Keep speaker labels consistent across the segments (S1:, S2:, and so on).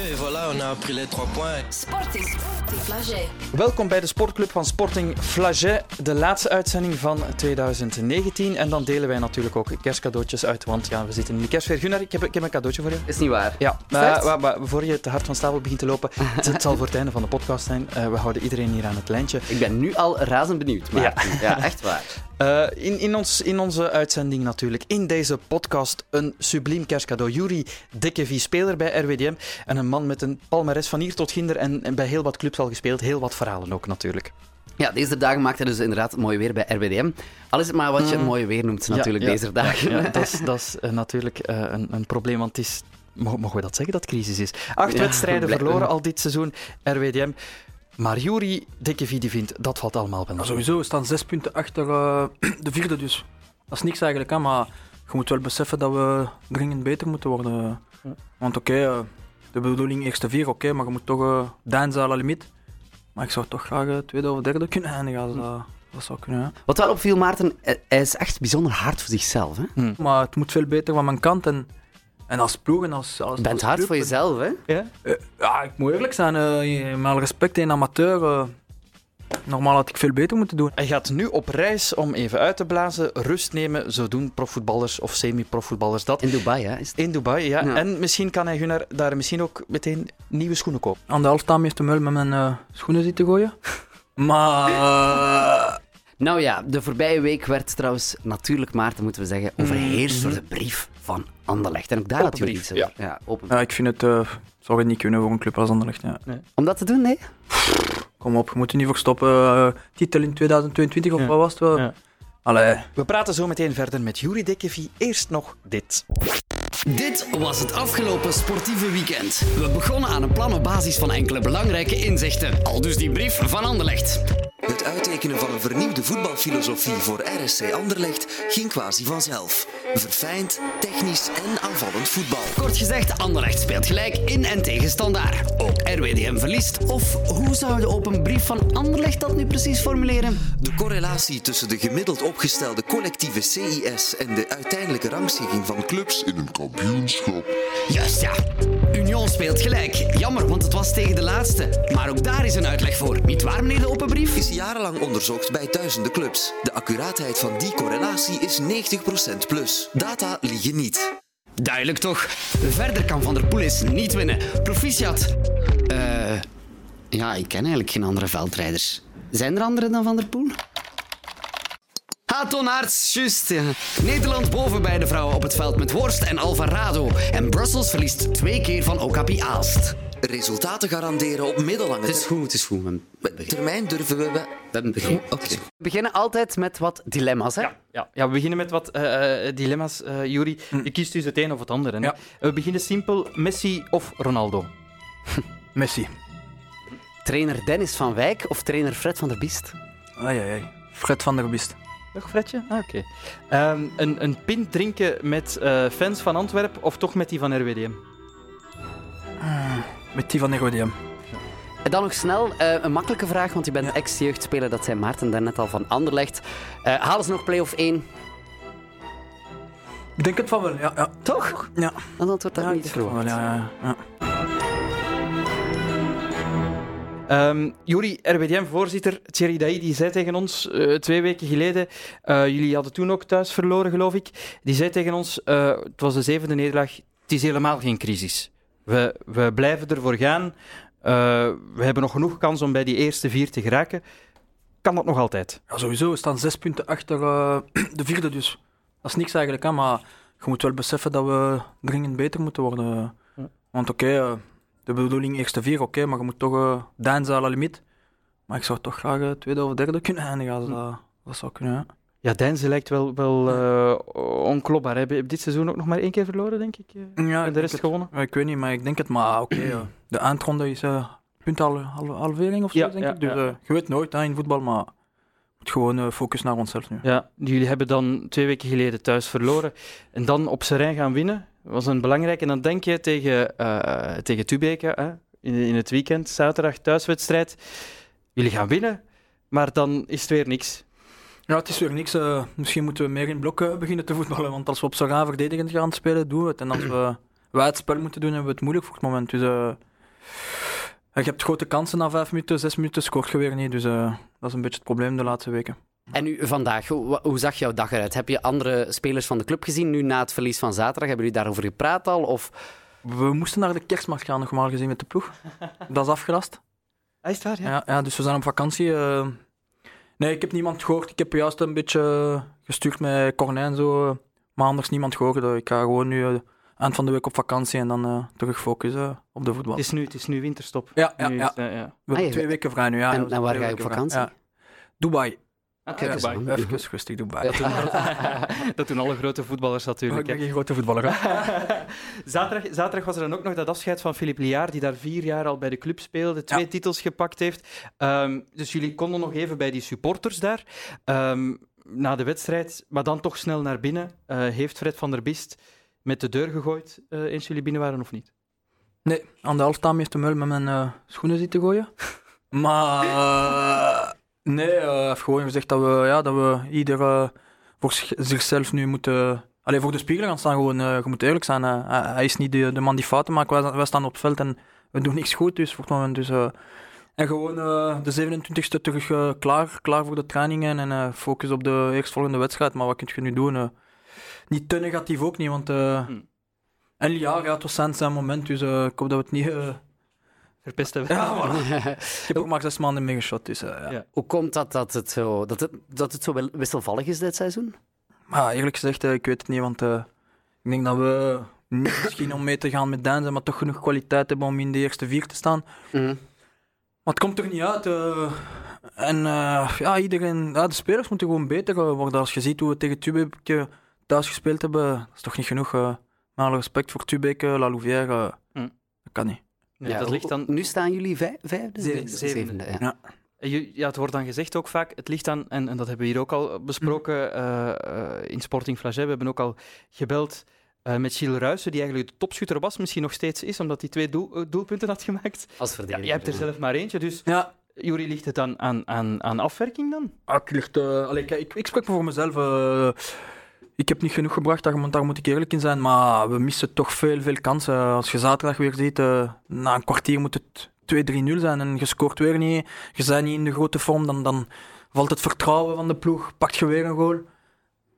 S1: Et voilà, on a pris les trois points.
S2: Sporting. Flagey.
S3: Welkom bij de sportclub van Sporting Flagey, de laatste uitzending van 2019. En dan delen wij natuurlijk ook kerstcadeautjes uit, want ja, we zitten in de kerstfeer. Gunnar, ik heb, ik heb een cadeautje voor je.
S4: Is niet waar.
S3: Ja, maar,
S4: Start.
S3: maar- maar voor je te hard van stapel begint te lopen, het, het zal voor het einde van de podcast zijn. Eh, we houden iedereen hier aan het lijntje.
S4: Ik ben nu al razend benieuwd, Maarten. Ja, echt waar.
S3: Eh, in, in, ons, in onze uitzending natuurlijk, in deze podcast, een subliem kerstcadeau. Juri Dikkevi, speler bij RWDM en een man met een palmares van hier tot ginder en, en bij heel wat clubs al gespeeld. Heel wat verhalen ook natuurlijk.
S4: Ja, deze dagen maakt het dus inderdaad het mooie weer bij RWDM. Al is het maar wat je het mooie weer noemt, natuurlijk,
S3: ja,
S4: deze dagen.
S3: Ja, dat is, dat is eh, natuurlijk eh, een, een probleem, want het is... mo- Mogen we dat zeggen, dat crisis is? Acht
S4: Ja,
S3: wedstrijden
S4: blijkbaar.
S3: verloren al dit seizoen, RWDM. Maar Juri Dikkevi die vindt, dat valt allemaal wel
S5: Ja,
S3: mee.
S5: Nou, sowieso, we staan zes punten achter eh, de vierde, dus dat is niks eigenlijk. Hè, maar je moet wel beseffen dat we dringend beter moeten worden. Want oké, eh, de bedoeling eerste vier, oké, maar je moet toch uh, dansen à la limiet. Maar ik zou toch graag eh, tweede of derde kunnen eindigen
S4: Hm.
S5: als dat, dat zou kunnen. Hè.
S4: Wat wel opviel, Maarten, eh, hij is echt bijzonder hard voor zichzelf. Hè?
S5: Maar het moet veel beter van mijn kant. En, en als ploeg en als... als
S4: Je bent
S5: als
S4: hard
S5: club,
S4: voor
S5: en-
S4: jezelf, hè?
S3: Ja?
S5: Eh, ja, ik moet eerlijk zijn. eh, met alle respect, een amateur... eh, normaal had ik veel beter moeten doen.
S3: Hij gaat nu op reis om even uit te blazen, rust nemen. Zo doen profvoetballers of semi-profvoetballers dat.
S4: In Dubai, hè? Is het...
S3: In Dubai, ja.
S4: Ja.
S3: En misschien kan hij Gunnar daar misschien ook meteen nieuwe schoenen kopen.
S5: Aan de halftime heeft hem wel met mijn eh, schoenen zitten gooien. Maar eh,
S4: Nou ja, de voorbije week werd trouwens, natuurlijk, Maarten, moeten we zeggen, overheerst door de brief van Anderlecht. En ook daar
S3: Open
S4: had jullie iets
S3: brief,
S4: over. Mhm. Ja, open.
S5: ja, ik vind het, eh zou het niet kunnen voor een club als Anderlecht. Ja.
S4: Om dat te doen, nee?
S5: Kom op, je moet er niet voor stoppen. eh, titel in 2022 of
S3: Ja.
S5: wat was het? wel?
S3: Ja.
S5: Allee,
S3: We praten zo meteen verder met Juri Dekkevi. Eerst nog dit.
S4: Dit was het afgelopen sportieve weekend. We begonnen aan een plan op basis van enkele belangrijke inzichten. Al dus die brief van Anderlecht.
S6: Het uittekenen van een vernieuwde voetbalfilosofie voor RSC Anderlecht ging quasi vanzelf. Verfijnd, technisch en aanvallend voetbal.
S4: Kort gezegd, Anderlecht speelt gelijk in en tegen standaard. Ook RWDM verliest. Of hoe zou de open brief van Anderlecht dat nu precies formuleren?
S6: De correlatie tussen de gemiddeld opgestelde collectieve CIS en de uiteindelijke rangschikking van clubs in een kampioenschap
S4: Juist ja. Union speelt gelijk. Jammer, want het was tegen de laatste. Maar ook daar is een uitleg voor. Niet waar, meneer de open brief?
S6: is jarenlang onderzocht bij duizenden clubs. De accuraatheid van die correlatie is 90% plus. Data liegen niet.
S4: Duidelijk toch. Verder kan Van der Poelis niet winnen. Proficiat. Eh ja, ik ken eigenlijk geen andere veldrijders. Zijn er anderen dan Van der Poel? Ha, Tonaerts, juist. ja. Nederland boven bij de vrouwen op het veld met Worst en Alvarado. En Brussels verliest twee keer van Okapi Aalst.
S6: Resultaten garanderen op middellange
S4: Het is goed, het is goed. We
S6: ter- termijn durven we... we- Oké.
S4: beginnen altijd met wat dilemma's, hè?
S3: Ja, ja, we beginnen met wat eh, eh, dilemma's, eh Juri. Je kiest dus het een of het ander. hè?
S5: Ja.
S3: We beginnen simpel, Messi of Ronaldo?
S5: Messi.
S4: Trainer Dennis van Wijk of trainer Fred van der Biest?
S5: Ai, ai, ai. Fred van der Biest.
S3: Nog Fredje? Ah, oké. Ehm, een, een pint drinken met eh, fans van Antwerpen of toch met die van RWDM?
S5: Met die van RWDM.
S4: En dan nog snel eh, een makkelijke vraag, want je bent
S5: Ja.
S4: ex-jeugdspeler, dat zei Maarten daarnet al van Anderlecht. Eh, halen ze nog play-off 1?
S5: Ik denk het van wel, ja. ja.
S4: Toch?
S5: Ja,
S4: Dan antwoord dat
S5: ja, ik
S4: niet
S5: denk het van wel,
S4: vroeg.
S5: ja, ja, ja.
S3: Ehm Juri, RWDM-voorzitter Thierry Dailly die zei tegen ons eh, twee weken geleden, eh, jullie hadden toen ook thuis verloren, geloof ik, die zei tegen ons, eh, het was de zevende nederlaag, het is helemaal geen crisis. We, we blijven ervoor gaan. Eh, we hebben nog genoeg kans om bij die eerste vier te geraken. Kan dat nog altijd?
S5: Ja, sowieso. We staan zes punten achter eh, de vierde, dus dat is niks eigenlijk. Hè, maar je moet wel beseffen dat we dringend beter moeten worden. Want oké, eh, de bedoeling eerste vier, oké, maar je moet toch eh dansen à la limiet. Maar ik zou toch graag eh, tweede of derde kunnen eindigen als dat, dat zou kunnen. Hè.
S3: Ja, Deinze lijkt wel, wel eh, onklopbaar. Hebben heb dit seizoen ook nog maar één keer verloren, denk ik. eh,
S5: Ja,
S3: en de rest gewonnen.
S5: Ja, ik weet niet, maar ik denk het. Maar oké, eh, de eindronde is eh puntenhalvering of zo,
S3: Ja,
S5: denk
S3: ja,
S5: ik. Dus
S3: ja.
S5: eh, je weet nooit hè, in voetbal, maar moet gewoon eh, focus naar onszelf nu.
S3: Ja, jullie hebben dan twee weken geleden thuis verloren en dan op Serijn gaan winnen. was een belangrijke. En dan denk je tegen, eh tegen Tubeke hè, in, in het weekend, zaterdag, thuiswedstrijd. Jullie gaan winnen, maar dan is het weer niks.
S5: Ja, het is weer niks. eh, misschien moeten we meer in blokken beginnen te voetballen. Want als we op Sagan verdedigend gaan spelen, doen we het. En als we wij het spel moeten doen, hebben we het moeilijk voor het moment. Dus eh, Je hebt grote kansen na vijf minuten, zes minuten, scoort je weer niet. Dus eh, dat is een beetje het probleem de laatste weken.
S4: En nu vandaag, hoe, wa- hoe zag jouw dag eruit? Heb je andere spelers van de club gezien nu na het verlies van zaterdag? Hebben jullie daarover gepraat al? Of
S5: We moesten naar de kerstmarkt gaan, normaal gezien, met de ploeg. Dat is afgelast.
S3: Hij Ah, is daar, ja.
S5: Ja, ja, dus we zijn op vakantie. eh. Nee, ik heb niemand gehoord. Ik heb juist een beetje eh, gestuurd met Cornijn. Zo. eh, Maar anders niemand gehoord. Eh, Ik ga gewoon nu eh, eind van de week op vakantie en dan eh, terug focussen op de voetbal.
S3: Het, is nu, het is nu winterstop.
S5: Ja, ja,
S3: Nu
S5: ja.
S3: is, eh, ja.
S5: We hebben
S4: Ah, je-
S5: twee weken vrij nu. Ja,
S4: En-
S5: We zijn
S4: en waar
S5: twee
S4: ga je
S5: weken
S4: op
S5: vrij.
S4: vakantie?
S5: Ja. Dubai.
S4: kijk
S5: Ja,
S4: eens aan.
S5: Even rustig
S4: Ja,
S5: Dubai.
S4: toen-
S3: dat doen alle grote voetballers
S5: Maar
S3: natuurlijk.
S5: ik
S3: hè.
S5: ben geen grote voetballer. hè.
S3: zaterdag, zaterdag was er dan ook nog dat afscheid van Philippe Liaar, die daar vier jaar al bij de club speelde, twee
S5: Ja.
S3: titels gepakt heeft. Ehm, dus jullie konden nog even bij die supporters daar. Ehm, na de wedstrijd, maar dan toch snel naar binnen. eh, heeft Fred van der Bist met de deur gegooid eh, eens jullie binnen waren of niet?
S5: Nee, aan de halftaam heeft hem wel met mijn eh, schoenen zitten gooien. Maar eh, nee, eh, hij heeft gewoon gezegd dat we, ja, dat we ieder eh, voor zich- zichzelf nu moeten... Alleen voor de spiegel gaan staan, gewoon, eh, je moet eerlijk zijn. eh, hij, hij is niet de, de man die fouten maakt. Wij, wij staan op het veld en we doen niks goed, dus voor het moment... Dus, eh, en gewoon eh, de 27e terug eh, klaar, klaar voor de trainingen en eh, focus op de eerstvolgende wedstrijd. Maar wat kun je nu doen? eh? niet te negatief ook niet, want... eh,
S3: Hmm.
S5: En ja, ja, het was zijn, zijn moment, dus eh, ik hoop dat we het niet... eh,
S3: Verpest hebben.
S5: ja, Ik heb ook maar zes maanden meegeschot, dus eh, ja.
S3: Ja.
S4: hoe komt dat dat het, zo, dat, het, dat het zo wel- wisselvallig is dit seizoen?
S5: Maar eerlijk gezegd, eh, ik weet het niet, want eh, ik denk dat we niet misschien om mee te gaan met Deinzen, maar toch genoeg kwaliteit hebben om in de eerste vier te staan.
S3: Mhm.
S5: Maar het komt er niet uit. eh. en eh, ja, iedereen, ja, de spelers moeten gewoon beter eh, worden. Als je ziet hoe we tegen Tubeke thuis gespeeld hebben, dat is toch niet genoeg. eh. met alle respect voor Tubeke, La Louvière, eh,
S3: Hm.
S5: dat kan niet.
S3: Nee,
S4: Ja,
S3: dat ligt dan...
S4: Nu staan jullie vij- vijfde?
S3: Zevende.
S4: Zevende, ja.
S3: Eh, je- Ja, het wordt dan gezegd ook vaak, het ligt aan, en, en dat hebben we hier ook al besproken eh, eh, in Sporting Flagey, we hebben ook al gebeld eh, met Gilles Ruysen, die eigenlijk de topschutter was, misschien nog steeds is, omdat hij twee doel- eh, doelpunten had gemaakt.
S4: Als
S3: Ja,
S4: verdediger.
S3: jij hebt er zelf maar eentje, dus
S5: Ja,
S3: Jury, ligt het dan aan, aan, aan afwerking dan?
S5: Ah, Ik, licht, eh, allee, kijk, ik, ik spreek maar voor mezelf. eh, ik heb niet genoeg gebracht, daar, moet- daar moet ik eerlijk in zijn. Maar we missen toch veel, veel kansen. Als je zaterdag weer ziet, eh, na een kwartier moet het 2-3-0 zijn. En je scoort weer niet, je bent niet in de grote vorm. Dan, dan valt het vertrouwen van de ploeg, pakt je weer een goal.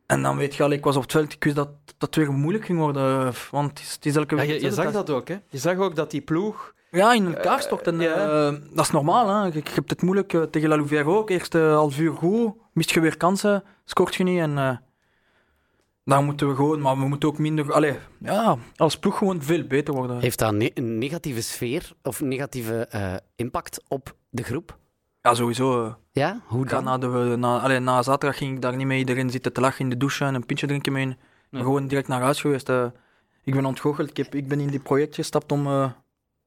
S5: En dan weet je, allee, ik was op het veld, ik wist dat dat weer moeilijk ging worden. Want het is, het is elke
S3: Ja,
S5: week
S3: je, je
S5: hetzelfde.
S3: zag dat ook, hè? Je zag ook dat die ploeg...
S5: Ja, in elkaar stort. En,
S3: Eh, ja.
S5: eh, dat is normaal. Hè. Je, je hebt het moeilijk eh, tegen La Louvière ook. Eerst eh, half uur goed, mist je weer kansen, scoort je niet. En eh daar moeten we gewoon, maar we moeten ook minder. Allee, ja, als ploeg gewoon veel beter worden.
S4: Heeft dat ne- een negatieve sfeer of negatieve eh, impact op de groep?
S5: Ja, sowieso. eh.
S4: Ja? Hoe
S5: Ik ga
S4: dan?
S5: na, de, na, allee, na zaterdag ging ik daar niet mee iedereen zitten te lachen in de douche en een pintje drinken mee. Ik ben
S3: Nee.
S5: Gewoon direct naar huis geweest. eh. ik ben ontgoocheld. Ik, heb, ik ben in die project gestapt om, eh,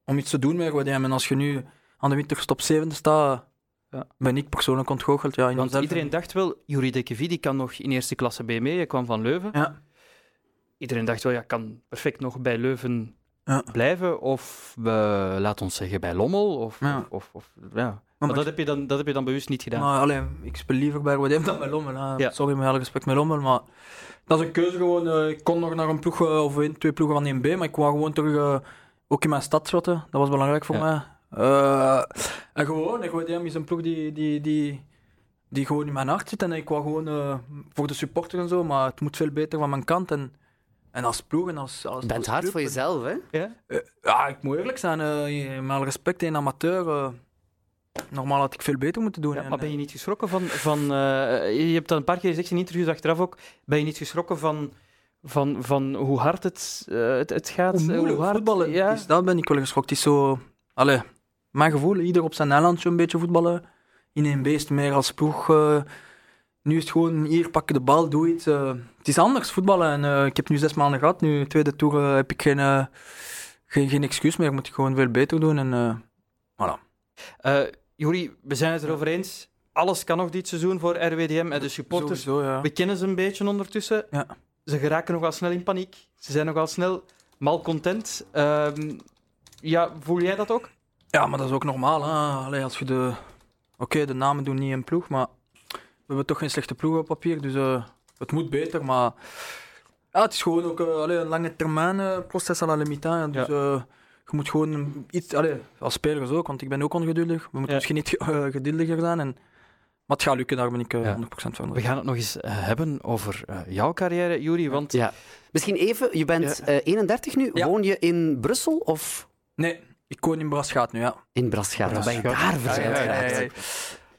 S5: om iets te doen met RWDM. En als je nu aan de winterstop zevende staat, eh,
S3: Ja.
S5: ben ik persoonlijk ontgoocheld. Ja, in
S3: Want
S5: mezelf.
S3: iedereen dacht wel, Jury Dekevi die kan nog in eerste klasse B mee, hij kwam van Leuven.
S5: Ja.
S3: Iedereen dacht wel, ja, kan perfect nog bij Leuven
S5: Ja.
S3: blijven, of we, laat ons zeggen, bij Lommel, of...
S5: Ja.
S3: of, of ja.
S5: Maar
S3: Maar dat heb, je dan, dat heb je dan bewust niet gedaan.
S5: Maar allee, ik speel liever bij RWDM dan bij Lommel. hè.
S3: Ja.
S5: Sorry, met alle respect met Lommel, maar dat is een keuze gewoon. eh, ik kon nog naar een ploeg eh, of een, twee ploegen van 1B, maar ik wou gewoon terug eh, ook in mijn stad zitten. Dat was belangrijk voor
S3: Ja.
S5: mij. Eh, en gewoon, RWDM is een ploeg die, die, die, die gewoon in mijn hart zit. En ik wou gewoon eh, voor de supporters en zo, maar het moet veel beter van mijn kant. En, en als ploeg en als... als
S4: Je bent
S5: als
S4: hard
S5: club.
S4: voor jezelf, hè?
S3: Ja?
S5: Eh, ja, ik moet eerlijk zijn. eh, met alle respect, een amateur... eh, normaal had ik veel beter moeten doen.
S3: Ja,
S5: En,
S3: maar ben je niet geschrokken van... van eh, je hebt dat een paar keer gezegd in interviews achteraf ook. Ben je niet geschrokken van, van, van hoe hard het, eh, het, het gaat?
S5: hoe
S3: eh,
S5: moeilijk
S3: hard,
S5: voetballen
S3: ja.
S5: is. Daar ben ik wel geschokt. Het is zo... Allee, mijn gevoel, ieder op zijn eilandje een beetje voetballen. In 1B is het meer als ploeg. eh, nu is het gewoon, hier, pak de bal, doe iets. eh. het is anders voetballen. En, eh, ik heb nu zes maanden gehad. Nu, tweede toer, eh, heb ik geen, eh, geen, geen excuus meer. Moet ik gewoon veel beter doen. En, eh,
S3: Eh, Joeri, we zijn het erover eens. Alles kan nog dit seizoen voor RWDM en de supporters.
S5: sowieso, ja.
S3: We kennen ze een beetje ondertussen.
S5: Ja.
S3: Ze geraken nogal snel in paniek. Ze zijn nogal snel malcontent. Ehm ja, voel jij dat ook?
S5: Ja, maar dat is ook normaal. Hè? Allee, als je de... Oké, de namen doen niet in ploeg, maar we hebben toch geen slechte ploeg op papier. Dus eh, het moet beter, maar... Ja, het is gewoon ook eh, allee, een lange termijn eh, proces à la limite. hè. Dus eh, Je moet gewoon iets, allez, als spelers ook, want ik ben ook ongeduldig. We moeten
S3: Ja.
S5: misschien niet eh, geduldiger zijn. En, maar het gaat lukken, daar ben ik eh,
S3: Ja.
S5: 100% van.
S3: We gaan het nog eens eh, hebben over eh, jouw carrière, Juri. Want
S4: Ja. Misschien even, je bent eh, 31 nu.
S5: Ja.
S4: Woon je in Brussel of
S5: Nee, ik woon in Braschaat nu, ja.
S4: in Braschaat? Dan ben je
S3: Braschaat.
S4: daar verzeild
S5: Ah, ja, ja, ja,
S4: geraakt.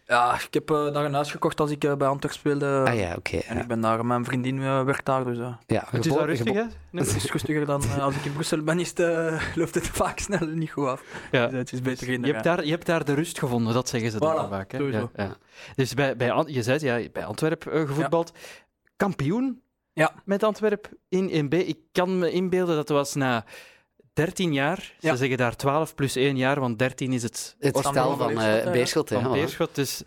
S5: ja. Ja, ik heb eh, daar een huis gekocht als ik eh, bij Antwerp speelde.
S4: Ah ja, oké.
S5: En
S4: ja.
S5: ik ben daar, mijn vriendin eh, werkt daar, dus eh,
S4: ja.
S3: het is
S4: gebo-
S3: daar rustig,
S4: gebo-
S3: hè? Nee?
S5: het is rustiger dan eh, als ik in Brussel ben, is het, eh, loopt het vaak snel niet goed af.
S3: Ja.
S5: Dus het is beter in de
S3: Je hebt,
S5: rij.
S3: daar, je hebt daar de rust gevonden, dat zeggen ze dan
S5: Voilà,
S3: vaak. Hè?
S5: sowieso.
S3: Ja, ja. Dus bij, bij, Ant- je zei het, ja, bij Antwerpen gevoetbald. Kampioen
S5: Ja.
S3: met Antwerpen in 1B. Ik kan me inbeelden dat was na 13 jaar. Ze
S5: Ja.
S3: zeggen daar 12 plus 1 jaar, want 13 is het
S4: Het
S5: Van
S4: stel
S5: Beerschot,
S4: van
S5: hè, ja.
S4: eh Beerschot, hè,
S3: van
S4: ja.
S3: Beerschot. Dus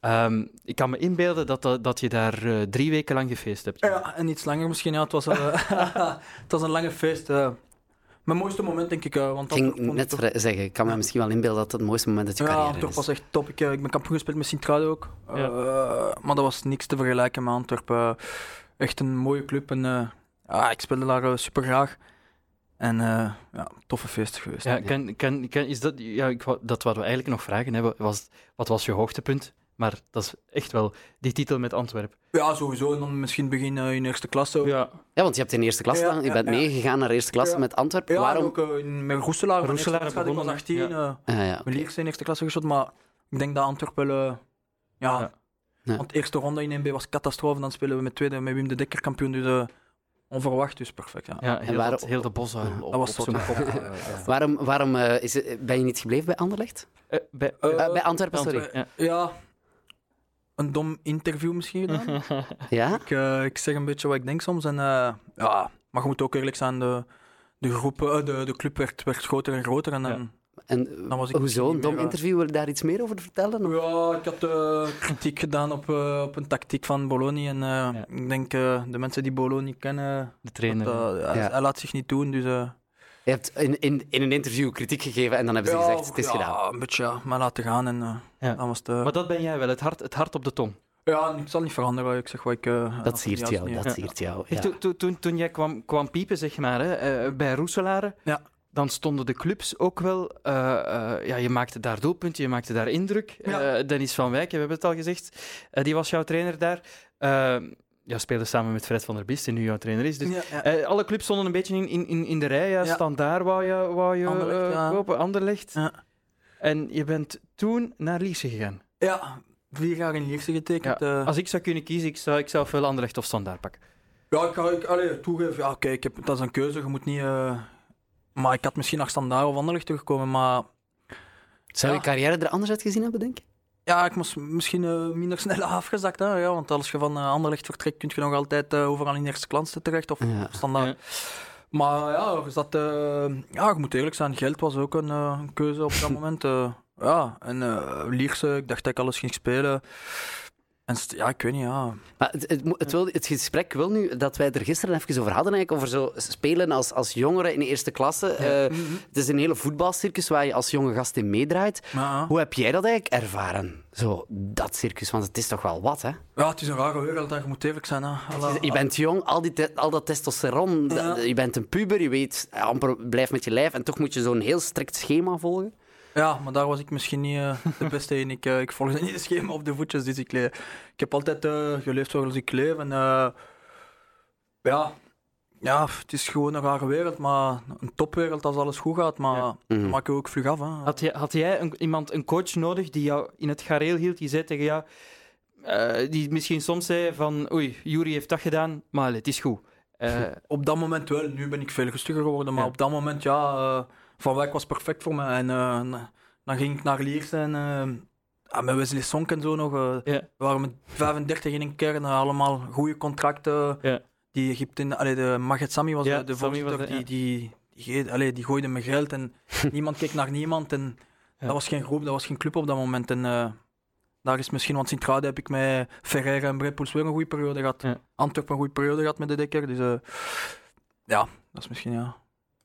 S3: ehm, ik kan me inbeelden dat, dat, dat je daar eh, drie weken lang gefeest hebt.
S5: Ja, en iets langer misschien. Ja, het, was, eh, het was een lange feest. eh. Mijn mooiste moment, denk ik. eh, want
S4: Ik ging
S5: Antwerp vond
S4: net
S5: toch-
S4: vra- zeggen, ik kan me misschien wel inbeelden dat het het mooiste moment uit je
S5: Ja,
S4: carrière dus.
S5: Antwerp
S4: is.
S5: was echt top. Ik, eh, ik ben kampioen gespeeld met Sint-Truiden ook. Eh, maar dat was niks te vergelijken met Antwerpen. Eh, echt een mooie club. En, eh, ja, ik speelde daar super graag. En eh, ja, toffe feest geweest.
S3: Ja, kan, kan, kan, is dat, ja, ik, wou- dat wat we eigenlijk nog vragen. Hè, was, wat was je hoogtepunt? Maar dat is echt wel die titel met Antwerpen.
S5: Ja, sowieso. En dan misschien beginnen in eerste klasse. Ja,
S4: Ja, want je hebt in eerste klas
S5: Ja,
S4: gedaan, je
S5: ja,
S4: bent
S5: ja.
S4: meegegaan naar eerste klasse
S5: Ja.
S4: met Antwerpen.
S5: en
S4: Waarom?
S5: ook eh, in, met Roeselaar. Mijn
S3: Roeselaar
S5: eerste wedstrijd, Ik was
S3: begonnen,
S5: 18.
S3: ja.
S5: eh,
S4: Ah, ja.
S5: Mijn eerste in eerste klasse geschoten, maar ik denk dat Antwerpen wel... eh, ja,
S3: Ja.
S4: Ja.
S5: want de eerste ronde in 1B was catastrofe. Dan spelen we met tweede, met Wim de Dekker kampioen. Dus eh, onverwacht, dus perfect. Ja.
S3: Ja, heel,
S4: waar-
S3: dat- heel de bosuil op,
S5: Dat was
S3: op
S5: zot,
S3: zijn
S5: hè.
S3: kop.
S4: Waarom, waarom eh, is, het- ben je niet gebleven bij Anderlecht?
S3: Eh, bij-
S5: Eh,
S4: Eh, bij Antwerpen, sorry.
S3: Antwerpen, ja.
S5: ja, een dom interview misschien gedaan.
S4: Ja?
S5: ik, eh, ik zeg een beetje wat ik denk soms. En, eh, ja, maar je moet ook eerlijk zijn, de, de, groep, eh, de, de club werd, werd groter en groter. En, eh, dan-
S4: En
S5: Dan was ik
S4: hoezo? Een
S5: niet
S4: dom
S5: meer, eh.
S4: interview, wil je daar iets meer over vertellen? Of-
S5: Ja, ik had eh, kritiek gedaan op, eh, op een tactiek van Bologna. En eh, ik denk, eh, de mensen die Bologna kennen,
S3: de
S5: dat,
S3: trainer.
S5: eh, hij,
S4: Ja.
S5: hij laat zich niet doen. Dus, eh,
S4: Je hebt in, in, in een interview kritiek gegeven en dan hebben ze
S5: ja,
S4: gezegd, het is
S5: ja,
S4: gedaan.
S5: een beetje, ja, maar laten gaan. En, eh,
S3: Ja.
S5: dan was het, eh,
S3: maar dat ben jij wel, het hart, het hart op de tong.
S5: ja, en ik zal niet veranderen. Ik zeg wat ik... eh,
S4: Dat
S5: als het
S4: siert
S5: niet
S4: jou,
S5: is,
S4: dat siert jou.
S3: Echt,
S4: ja.
S3: toen- toen- toen, toen jij kwam, kwam piepen, zeg maar, hè, eh, bij Roeselaren,
S5: Ja.
S3: dan stonden de clubs ook wel... eh, eh, ja, je maakte daar doelpunten, je maakte daar indruk.
S5: Ja.
S3: Eh, Dennis van Wijk, we hebben het al gezegd, eh, die was jouw trainer daar. Eh, ja, speelde samen met Fred van der Biest, die nu jouw trainer is. Dus,
S5: nee. Ja, ja.
S3: eh, alle clubs stonden een beetje in, in, in, in de rij. Ja.
S5: Ja.
S3: Standaard wou je, wou je
S5: Anderlecht,
S3: eh,
S5: ja.
S3: kopen, Anderlecht.
S5: Ja.
S3: En je bent toen naar Lierse gegaan.
S5: Ja, vier jaar in Lierse getekend.
S3: Ja,
S5: eh.
S3: Als ik zou kunnen kiezen, ik zou, ik zou veel Anderlecht of Standaard pakken.
S5: Ja, ik ga ik, allee, toegeven. Ja, kijk, ik heb, dat is een keuze. Je moet niet. eh, maar ik had misschien naar Standaard of Anderlecht terugkomen. Maar
S4: Zou je
S5: Ja.
S4: carrière er anders uit gezien hebben, denk ik?
S5: ja, ik was misschien eh, minder snel afgezakt. Hè, ja, want als je van eh, Anderlecht vertrekt, kun je nog altijd eh, overal in de eerste klas terecht. Of
S4: Ja.
S5: Standaard. Maar ja, is dat, eh, ja, ik moet eerlijk zijn. Geld was ook een, eh, een keuze op dat moment. eh. ja, en eh, Lierse, ik dacht dat ik alles ging spelen. En st- ja, ik weet niet, ja.
S4: Maar het, het, mo- het, wil, het gesprek wil nu dat wij het er gisteren even over hadden, eigenlijk, over zo spelen als, als jongeren in eerste klasse. Eh, het is een hele voetbalcircus waar je als jonge gast in meedraait.
S5: Maar,
S4: Hoe heb jij dat eigenlijk ervaren? Zo, dat circus, want het is toch wel wat, hè?
S5: ja, het is een rare wereld, hè. je moet eerlijk zijn. Hè. Alla-
S4: Je bent jong, al, die te- al dat testosteron, dat-
S5: Ja.
S4: je bent een puber, je weet, eh, amper blijf met je lijf en toch moet je zo'n heel strikt schema volgen.
S5: Ja, maar daar was ik misschien niet eh, de beste in. Ik, eh, ik volgde niet het schema op de voetjes. Dus ik, le- ik heb altijd eh, geleefd zoals ik leef. En, eh, ja, ja, het is gewoon een rare wereld, maar een topwereld als alles goed gaat. Maar dan maak je ook vlug af. Hè.
S3: Had, jij- had jij een, iemand, een coach nodig die jou in het gareel hield, die zei tegen jou, eh, die misschien soms zei van, oei, Juri heeft dat gedaan, maar allee, het is goed. Eh,
S5: Op dat moment wel. Nu ben ik veel rustiger geworden. Maar
S3: Ja.
S5: op dat moment, ja, eh, Van Wijk was perfect voor mij. En eh, na- dan ging ik naar Liers en eh, ja, met Wesley Sonk en zo nog. eh,
S3: Ja.
S5: We waren met 35 in een kern. eh, allemaal goede contracten.
S3: Ja.
S5: Die Egypte, allee, de Maghet Sami was
S3: Ja,
S5: de, de
S3: Sami was
S5: voorzitter.
S3: de-
S5: die, die, die, ge- allee, die gooide me geld en niemand keek naar niemand. En
S3: Ja.
S5: Dat was geen groep, dat was geen club op dat moment. En eh, daar is misschien, want Sint-Truiden heb ik met Ferreira en Brepoels weer een goede periode gehad.
S3: Ja.
S5: Antwerpen een goede periode gehad met de Dekker. Dus eh, ja, dat is misschien ja.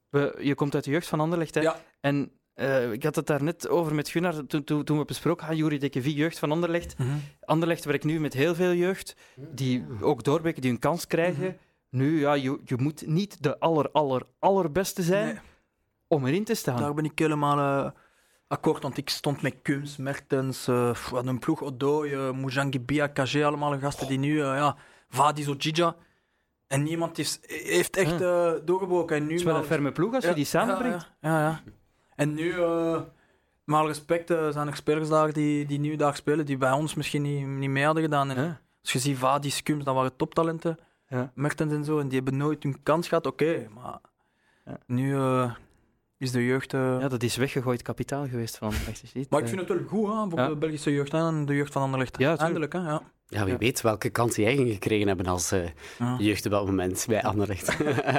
S3: we- je komt uit de jeugd van Anderlecht, hè?
S5: Ja.
S3: En eh, ik had het daar net over met Gunnar, toen, toen, toen we besproken hadden, Juri Dekkevi, jeugd van Anderlecht. Anderlecht werkt nu met heel veel jeugd, die ook doorbreken, die een
S5: Mhm.
S3: kans krijgen. Nu, ja, je, je moet niet de aller, aller, allerbeste zijn,
S5: Nee.
S3: om erin te staan.
S5: Daar ben ik helemaal eh, akkoord, want ik stond met Kums, Mertens, eh, pff, wat een ploeg, Odoi, eh Mujangibia, Kage, allemaal gasten die nu, eh, ja, Vadis, Ojija. En niemand is, heeft echt eh, doorgebroken. En nu
S3: Het is wel een ferme ploeg als je die samenbrengt.
S5: Ja, ja. ja. En nu, eh met alle respect, eh, zijn er spelers daar die, die nu daar spelen, die bij ons misschien niet, niet mee hadden gedaan. En
S3: Ja.
S5: Als je ziet, Vadis, Kums, dat waren toptalenten.
S3: Ja.
S5: Mertens en zo, en die hebben nooit hun kans gehad. Oké, maar
S3: Ja.
S5: nu eh, is de jeugd... eh,
S3: Ja, dat is weggegooid kapitaal geweest van Exercit.
S5: maar ik vind het wel goed, hè, voor
S3: Ja.
S5: de Belgische jeugd hè, en de jeugd van Anderlecht.
S3: Ja, tuurlijk.
S5: Eindelijk, hè. Ja.
S4: Ja, wie
S3: Ja.
S4: weet welke kans jij ging gekregen hebben als eh,
S5: Ja.
S4: jeugd op dat moment bij Anderlecht.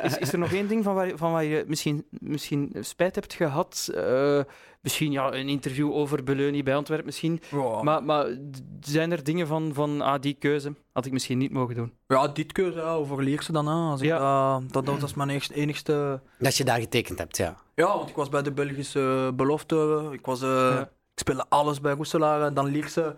S3: Is, is er nog één ding van waar, van waar je misschien, misschien spijt hebt gehad? Eh, misschien ja, een interview over Beleuni bij Antwerpen, misschien.
S5: Ja.
S3: Maar, maar d- zijn er dingen van, van ah, die keuze had ik misschien niet mogen doen?
S5: ja, dit keuze, hè, over Lierse dan. Hè, als ik,
S3: Ja.
S5: dat- dat, dat, was mijn eerst- enigste...
S4: dat je daar getekend hebt, ja.
S5: Ja, want ik was bij de Belgische belofte. Ik, was, eh,
S3: Ja.
S5: ik speelde alles bij Roeselaar en dan Lierse.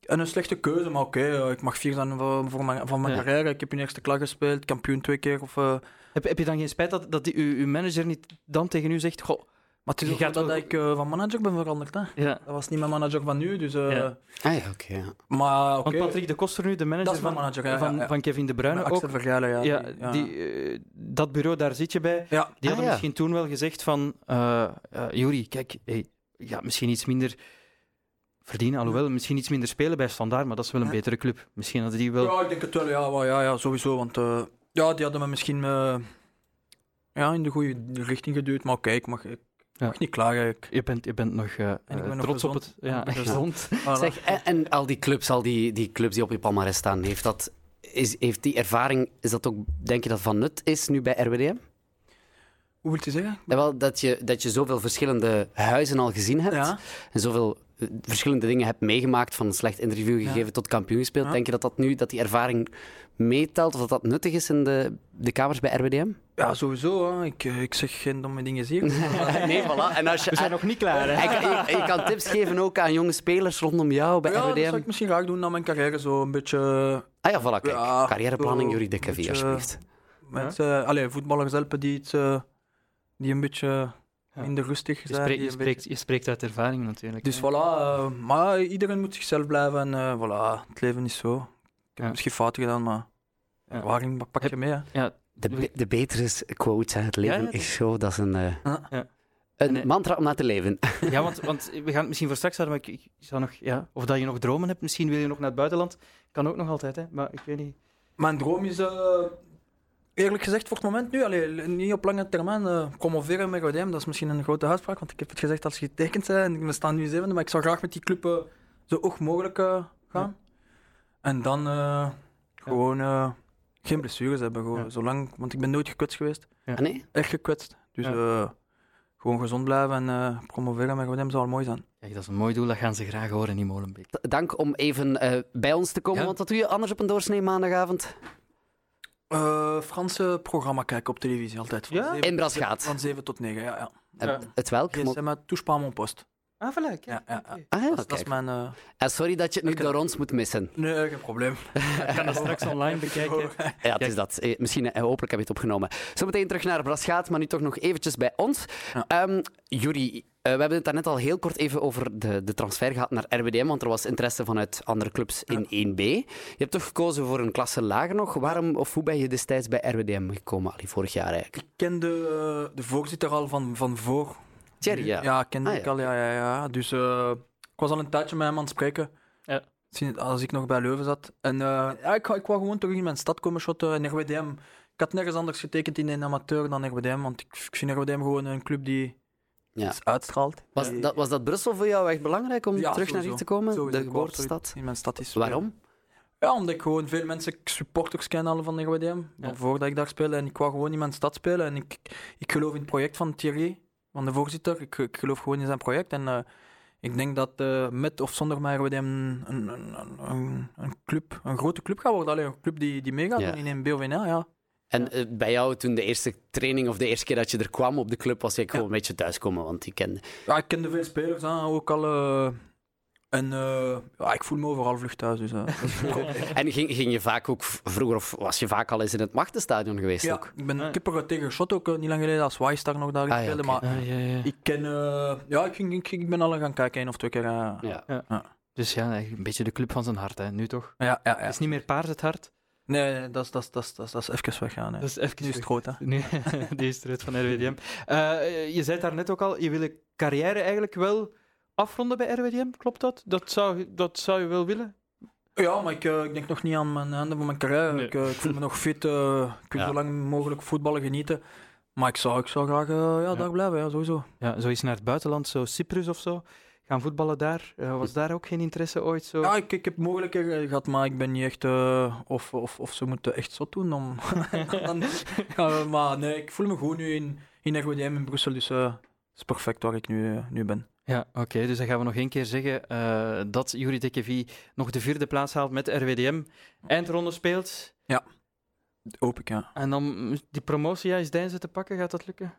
S5: En een slechte keuze, maar oké, eh, ik mag vier zijn voor, voor mijn, van mijn
S3: Ja.
S5: carrière. Ik heb in eerste klas gespeeld, kampioen twee keer. Of, eh,
S3: Heb, heb je dan geen spijt dat, dat die, uw, uw manager niet dan tegen u zegt: Goh,
S5: maar het is
S3: Je
S5: ook
S3: gaat
S5: dat
S3: wel-
S5: ik eh, van manager ben veranderd. Hè.
S3: ja.
S5: Dat was niet mijn manager van nu, dus... eh,
S3: Ja.
S4: Ah ja, oké. ja.
S5: Maar oké,
S3: Want Patrick de Koster, nu de manager,
S5: Dat is mijn
S3: van-
S5: manager, ja,
S3: van,
S5: ja, ja.
S3: van Kevin de Bruyne,
S5: met
S3: ook,
S5: Axel Vergeilen, ja.
S3: ja,
S5: ja.
S3: die, eh, dat bureau, daar zit je bij.
S5: ja.
S3: Die
S4: Ah,
S3: hadden
S4: ja.
S3: misschien toen wel gezegd van... eh eh, Jori, kijk, hey, ja, misschien iets minder verdienen, alhoewel, misschien iets minder spelen bij Standaard, maar dat is wel een
S5: Ja.
S3: betere club. Misschien hadden die wel...
S5: Ja, ik denk het wel, ja, wel, ja, ja sowieso. Want eh, ja, die hadden me misschien eh, ja, in de goede richting geduwd. Maar oké, ik mag, ik
S3: Ja.
S5: mag niet klagen. Ik,
S3: Je, bent, je bent nog eh,
S5: ben
S3: eh,
S5: nog
S3: trots op het...
S5: gezond.
S3: Ja,
S5: Ik ben
S3: gezond.
S5: voilà.
S4: Zeg, en, en al die clubs, al die, die clubs die op je palmarès staan, heeft, dat, is, heeft die ervaring, is dat ook, denk je dat van nut is nu bij RWDM?
S5: Hoe wil je zeggen?
S4: En Eh, wel, dat, je, dat je zoveel verschillende huizen al gezien hebt
S5: Ja.
S4: en zoveel eh, verschillende dingen hebt meegemaakt, van een slecht interview gegeven
S5: Ja.
S4: tot kampioen gespeeld.
S5: Ja.
S4: Denk je dat, dat nu dat die ervaring meetelt of dat dat nuttig is in de, de kamers bij RWDM?
S5: Ja, sowieso. Hè. Ik, eh, ik zeg geen domme dingen hier.
S4: nee, voilà. En als je,
S5: Dus Ah,
S3: We zijn nog niet klaar, hè?
S4: en je, je kan tips geven ook aan jonge spelers rondom jou bij
S5: ja, dat zou
S4: RWDM.
S5: ik misschien graag doen na mijn carrière. Zo een beetje eh,
S4: Ah ja, voilà, kijk.
S5: Ja, eh,
S4: Carrièreplanning,
S5: zo,
S4: Jurie de Cavie,
S5: beetje-
S4: alsjeblieft.
S5: mensen, eh, allee, voetballers helpen die, iets, eh, die een beetje
S3: Ja.
S5: minder rustig
S3: Je
S5: zijn.
S3: spreekt,
S5: die
S3: je,
S5: een
S3: spreekt, je spreekt uit ervaring natuurlijk.
S5: Dus voilà, eh, maar iedereen moet zichzelf blijven en eh, voilà, het leven is zo. Ik heb
S3: Ja.
S5: misschien fouten gedaan, maar
S3: Ja.
S5: waarin pak je mee? Hè?
S3: Ja,
S4: De, be- de betere quote, hè. het leven
S3: ja,
S4: is zo, dat is een, eh,
S5: Ja.
S3: Ja.
S4: een
S3: En, eh,
S4: mantra om naar te leven.
S3: ja want, want we gaan het misschien voor straks houden, maar ik, ik zou nog... Ja, of dat je nog dromen hebt, misschien wil je nog naar het buitenland. Kan ook nog altijd, hè? Maar ik weet niet...
S5: Mijn droom is, eh, eerlijk gezegd, voor het moment nu, allee, l- niet op lange termijn, eh, promoveren met Rodeem, dat is misschien een grote uitspraak, want ik heb het gezegd als je getekend bent en we staan nu zevende, maar ik zou graag met die club eh, zo hoog mogelijk eh, gaan. En dan eh, gewoon eh, geen blessures hebben, gewoon,
S3: Ja.
S5: zolang, want ik ben nooit gekwetst geweest.
S3: Ja.
S4: Ah, nee?
S5: echt gekwetst. Dus
S3: Ja.
S5: eh, gewoon gezond blijven en eh, promoveren met Rodem zou al mooi zijn.
S3: Kijk, dat is een mooi doel, dat gaan ze graag horen in Molenbeek.
S4: D- Dank om even eh, bij ons te komen,
S3: Ja.
S4: want wat doe je anders op een doorsnee maandagavond?
S5: Eh Franse programma kijken op televisie altijd. Van
S3: Ja?
S5: zeven-
S4: In Brasgaat.
S5: Van 7 tot 9, ja. ja.
S4: Eh,
S3: Ja.
S4: Het welk? Mo-
S5: GSM, touche pas à mon poste.
S3: Ah, voilà,
S5: Ja, ja, ja.
S4: Ah ja,
S5: Dat is
S4: kijk.
S5: mijn... eh,
S4: En sorry dat je het nu door ons moet missen.
S5: Nee, geen probleem.
S3: Ik kan dat straks online bekijken.
S4: Ja, het is dat. Eh, Misschien, eh, hopelijk heb je het opgenomen. Zometeen terug naar Brasgaat, maar nu toch nog eventjes bij ons.
S5: Ja.
S4: Ehm Juri, eh, we hebben het daarnet al heel kort even over de, de transfer gehad naar RWDM, want er was interesse vanuit andere clubs in 1B. Je hebt toch gekozen voor een klasse lager nog. Waarom of hoe ben je destijds bij RWDM gekomen, Ali, vorig jaar eigenlijk?
S5: Ik kende eh, de voorzitter al van, van voor.
S4: Thierry, ja.
S5: Ja, kende
S4: Ah, ja.
S5: ik al, ja, ja, ja. Dus eh, ik was al een tijdje met hem aan het spreken.
S3: Ja.
S5: Sinds- Als ik nog bij Leuven zat. En eh, ja, ik, wou- ik wou gewoon terug in mijn stad komen shotten. En RWDM... Ik had nergens anders getekend in een amateur dan RWDM. Want ik, ik vind RWDM gewoon een club die
S4: Ja.
S5: iets uitstraalt.
S4: Was,
S5: Die-
S4: dat, was dat Brussel voor jou echt belangrijk om
S5: Ja,
S4: terug naar
S5: sowieso.
S4: hier te komen,
S5: sowieso,
S4: de
S5: ik wou
S4: geboortestad?
S5: terug In mijn stad is.
S4: Waarom?
S5: Ja, omdat ik gewoon veel mensen, supporters ken al van RWDM.
S3: Ja.
S5: eh, Voordat ik daar speelde. En ik wou gewoon in mijn stad spelen. En ik, ik geloof in het project van Thierry, van de voorzitter. Ik, ik geloof gewoon in zijn project. En eh, ik denk dat eh, met of zonder mij RWDM een, een, een, een- een club, een grote club gaat worden. Alleen een club die, die meegaat
S4: Ja.
S5: doen in een BOVNA, ja.
S4: En eh, bij jou toen de eerste training of de eerste keer dat je er kwam op de club, was ik gewoon een beetje thuiskomen, want ik kende...
S5: Ja, ik kende veel spelers, hè. ook al eh, En eh, ja, ik voel me overal vlug thuis. Dus, eh, dat is goed.
S4: En ging, ging je vaak ook v- vroeger, of was je vaak al eens in het machtenstadion geweest
S5: ja,
S4: ook?
S5: ik, ben, ik heb er tegen geschot ook eh, niet lang geleden als Wijstar nog daar
S4: ja,
S5: gespeeld.
S4: oké.
S5: Maar
S3: Ah, ja, ja.
S5: ik ken... eh, ja, ik, ging, ik, ik ben al gaan kijken, één of twee keer. eh. ja.
S4: Ja.
S3: Dus ja, eigenlijk een beetje de club van zijn hart, hè. nu toch?
S5: Ja, ja,
S3: Het is niet meer paars het hart.
S5: Nee, nee, dat is- dat is- dat is- dat is dat is even weggaan. hè.
S3: Dat is even
S5: Nu is het groot, hè.
S3: Nu, die is eruit van RWDM. Eh, je zei daar net ook al, je wil je carrière eigenlijk wel afronden bij RWDM, klopt dat? Dat zou, dat zou je wel willen?
S5: Ja, maar ik, eh, ik denk nog niet aan mijn einde van mijn carrière.
S3: Nee.
S5: Ik, eh, ik voel me nog fit. eh, ik wil
S4: Ja.
S5: zo lang mogelijk voetballen genieten. Maar ik zou, ik zou graag eh, ja, daar blijven, ja, sowieso.
S3: Ja, zo eens naar het buitenland, zo Cyprus of zo. Gaan voetballen daar? Eh, was daar ook geen interesse ooit? Zo?
S5: Ja, ik, ik heb mogelijkheden gehad, maar ik ben niet echt... eh, of, of, of ze moeten echt zot doen om... dan, Ja, maar nee, ik voel me goed nu in, in RWDM in Brussel. Dus eh, het is perfect waar ik nu, eh, nu ben.
S3: Ja, oké. dus dan gaan we nog één keer zeggen eh, dat Juri Dekevi nog de vierde plaats haalt met RWDM. Eindronde speelt.
S5: Hoop ik, ja.
S3: En dan mm, die promotie ja, is Deinze te pakken. Gaat dat lukken?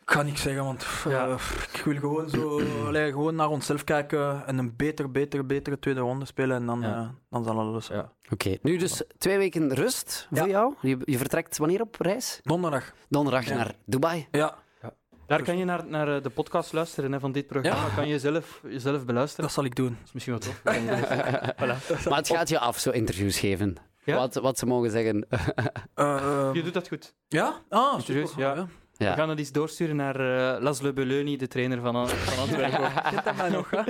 S5: Ik ga niks zeggen, want pff,
S3: Ja.
S5: eh, pff, ik wil gewoon, zo, allee, gewoon naar onszelf kijken en een beter, beter, betere tweede ronde spelen. En dan,
S3: Ja.
S5: eh, dan zal alles...
S3: Ja.
S4: Oké, nu dus twee weken rust voor
S5: Ja.
S4: jou. Je, je vertrekt wanneer op reis?
S5: Donderdag.
S4: Donderdag
S5: Ja.
S4: naar Dubai.
S5: Ja,
S3: Daar kan je naar, naar eh, de podcast luisteren hè, van dit programma. Kan je zelf, jezelf beluisteren.
S5: dat zal ik doen.
S3: Dat is misschien wel tof. Dat kan je zelf-
S4: Maar het gaat je af, zo interviews geven.
S3: Ja?
S4: Wat, wat ze mogen zeggen.
S5: Eh, eh,
S3: Je doet dat goed.
S5: ja? Ah,
S3: Serieus,
S5: super.
S3: ja. We
S4: ja.
S3: gaan het eens doorsturen naar eh, Laszlo Beleuni, de trainer van, An- van Antwerpen.
S5: Kent dat mij nog, hè?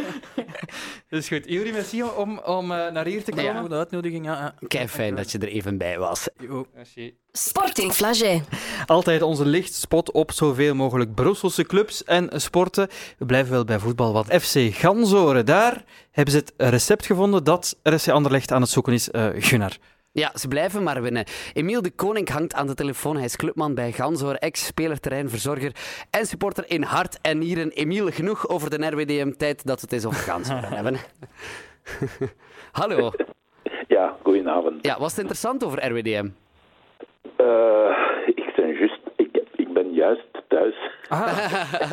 S3: dus goed. Juri, merci om, om eh, naar hier te komen.
S5: Ja, voor de uitnodiging, ja. ja.
S4: Kei fijn dat je er even bij was.
S5: Jo.
S3: Merci.
S2: Sporting Flagey.
S3: Altijd onze lichtspot op zoveel mogelijk Brusselse clubs en sporten. We blijven wel bij voetbal, want FC Ganzoren, daar hebben ze het recept gevonden dat RSC Anderlecht aan het zoeken is. eh Gunnar.
S4: Ja, ze blijven maar winnen. Emiel de Koning hangt aan de telefoon. Hij is clubman bij Gansoor, ex-speler, terreinverzorger en supporter in hart en nieren. Emiel, genoeg over de RWDM-tijd dat we het eens over Gansoor hebben. Hallo.
S7: Ja, goedenavond.
S4: Ja, was het interessant over RWDM?
S7: Eh, ik, ben juist, ik, ik ben juist thuis.
S3: Ah.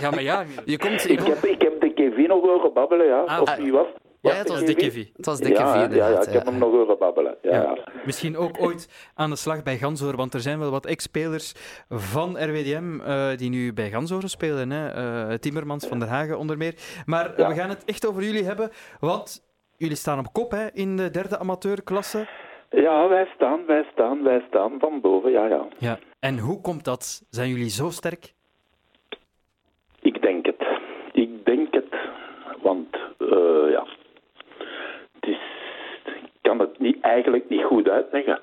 S3: Ja, maar ja.
S4: Je komt... je
S7: Ik
S4: komt-
S7: heb, ik heb de Kevin al horen babbelen, ja. of
S4: ah.
S7: wie was
S4: Ja,
S7: was
S4: het
S7: de
S4: was de Kevi. Het was de Kevi,
S7: ja, ja, ja,
S4: inderdaad.
S7: ik heb hem nog horen babbelen. Ja, ja.
S3: Misschien ook ooit aan de slag bij Ganzoren, want er zijn wel wat ex-spelers van RWDM eh, die nu bij Ganzoren spelen. Hè? Eh, Timmermans, Van der Hagen onder meer. Maar eh,
S7: Ja.
S3: we gaan het echt over jullie hebben, want jullie staan op kop hè, in de derde amateurklasse.
S7: Ja, wij staan, wij staan, wij staan van boven, ja, ja.
S3: Ja. En hoe komt dat? Zijn jullie zo sterk?
S7: Ik denk het. Ik denk het. Want, eh, ja... Het is... Ik kan het niet, eigenlijk niet goed uitleggen.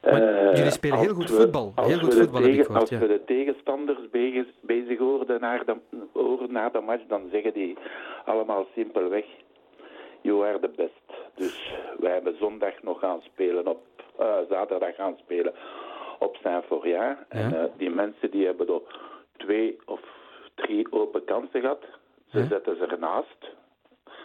S7: Eh,
S3: jullie spelen heel
S7: als
S3: goed
S7: we-
S3: voetbal.
S7: als
S3: Heel
S7: we
S3: goed
S7: de
S3: voetbal, heb ik
S7: tegen-
S3: gehoord,
S7: Als
S3: ja.
S7: we de tegenstanders bezig, bezig horen, naar de, horen na de match, dan zeggen die allemaal simpelweg... You are the best. Dus wij hebben zondag nog gaan spelen op... eh, zaterdag gaan spelen op Saint-Forjaar. En eh, die mensen die hebben er twee of drie open kansen gehad. Ze zetten ze ernaast.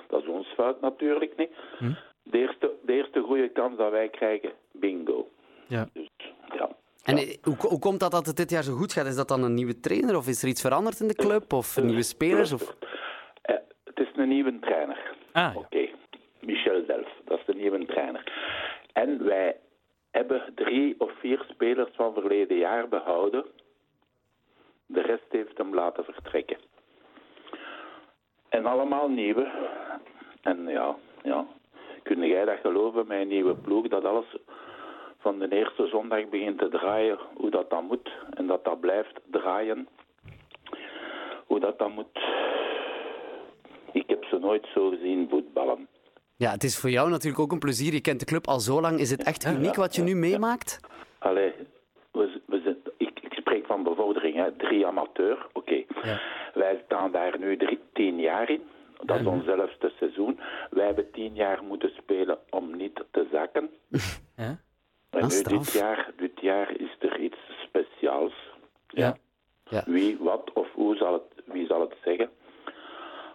S7: Dat is ons fout natuurlijk niet.
S3: Hm.
S7: De eerste, de eerste goede kans dat wij krijgen, bingo.
S3: Ja.
S7: Dus ja.
S4: En eh, hoe, hoe komt dat dat het dit jaar zo goed gaat? Is dat dan een nieuwe trainer of is er iets veranderd in de club? Of nieuwe spelers? Of...
S7: Eh, het is een nieuwe trainer.
S3: Ah, ja.
S7: Oké, Michel zelf, dat is de nieuwe trainer. En wij hebben drie of vier spelers van verleden jaar behouden. De rest heeft hem laten vertrekken. En allemaal nieuwe. En ja, ja. Kun jij dat geloven, mijn nieuwe ploeg, dat alles van de eerste zondag begint te draaien, hoe dat dan moet. En dat dat blijft draaien, hoe dat dan moet. Ik heb ze nooit zo gezien voetballen.
S4: Ja, het is voor jou natuurlijk ook een plezier. Je kent de club al zo lang. Is het echt uniek wat je nu meemaakt?
S7: Allee, we, z- we zijn, ik, ik spreek van bevordering, hè. drie amateur, oké. Wij staan daar nu drie, tien jaar in. Dat is ons zelfste seizoen. Wij hebben tien jaar moeten spelen om niet te zakken.
S3: Ja.
S7: En
S4: Ah,
S7: nu dit
S4: straf.
S7: jaar, dit jaar is er iets speciaals.
S3: Ja.
S4: Ja.
S7: Wie, wat of hoe zal het, wie zal het zeggen?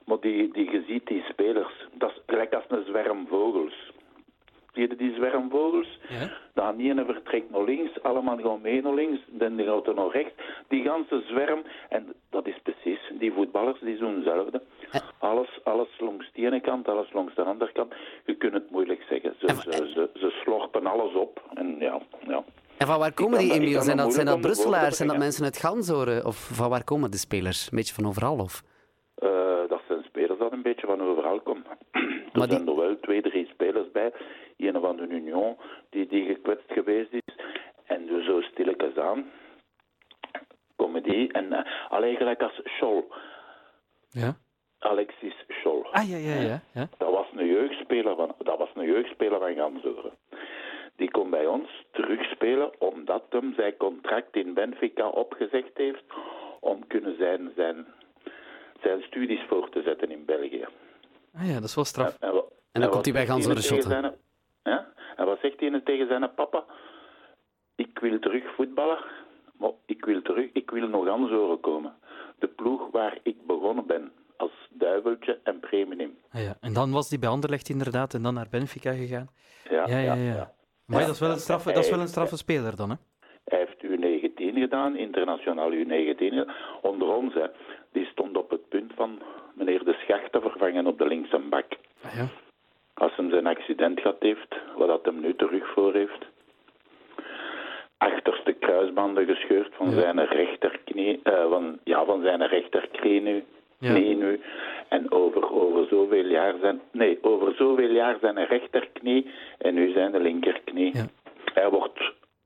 S7: Maar die, die, je ziet die spelers, dat is gelijk als een zwerm vogels. die, die zwermvogels.
S4: Ja.
S7: Dan die ene vertrekt naar links, allemaal gaan mee naar links, dan die gaat er naar rechts. Die ganse zwerm, en dat is precies, die voetballers die doen hetzelfde. Alles, alles langs de ene kant, alles langs de andere kant. Je kunt het moeilijk zeggen. Ze, ze, ze, ze slorpen alles op. En ja, ja.
S4: En van waar komen
S7: kan
S4: die
S7: dat- ik
S4: inmiddels?
S7: kan
S4: Zijn
S7: dat
S4: dat, zijn dat
S7: moeilijk onder woorden
S4: Brusselaars? Zijn dat
S7: brengen.
S4: mensen uit Gansoren? Of van waar komen de spelers? Een beetje van overal? Of?
S7: Eh, dat zijn spelers dat een beetje van overal komen. er
S4: Maar die-
S7: zijn er wel twee, drie spelers bij. Een van de Union, die, die gekwetst geweest is. En dus zo stilletjes aan komen die. En eh, alleen gelijk als Scholl,
S3: Ja.
S7: Alexis Scholl.
S3: Ah, ja, ja, ja. ja.
S7: Dat was een jeugdspeler van, dat was een jeugdspeler van Gansuren. Die kon bij ons terugspelen omdat hem zijn contract in Benfica opgezegd heeft om kunnen zijn, zijn, zijn studies voor te zetten in België.
S3: Ah, ja, dat is wel straf.
S7: En, wa-
S4: dan komt
S7: wat
S4: hij bij
S7: zegt
S4: Gans
S7: ene
S4: door de
S7: tegen
S4: shotten.
S7: zijn- Ja? En wat zegt hij tegen zijn papa? Ik wil terug voetballen, maar ik wil terug, ik wil nog Gansoren komen. De ploeg waar ik begonnen ben, als duiveltje en premium.
S3: Ah, ja. En dan was die bij Anderlecht inderdaad en dan naar Benfica gegaan.
S7: Ja,
S3: Ja, ja, ja. Maar dat is wel een straffe, dat is wel een straffe speler dan, hè?
S7: Hij heeft U19 gedaan, internationaal U19. Onder ons, hè, die stond op het punt van meneer De Schacht te vervangen op de linkse bak.
S3: Ah, ja.
S7: Als hem zijn accident gehad heeft, wat dat hem nu terug voor heeft. Achterste kruisbanden gescheurd van zijn rechterknie, eh, van, ja, van zijn rechterknie nu.
S3: Ja.
S7: Knie nu. En over, over zoveel jaar zijn, nee, over zoveel jaar zijn rechterknie en nu zijn de linkerknie.
S3: Ja.
S7: Hij wordt,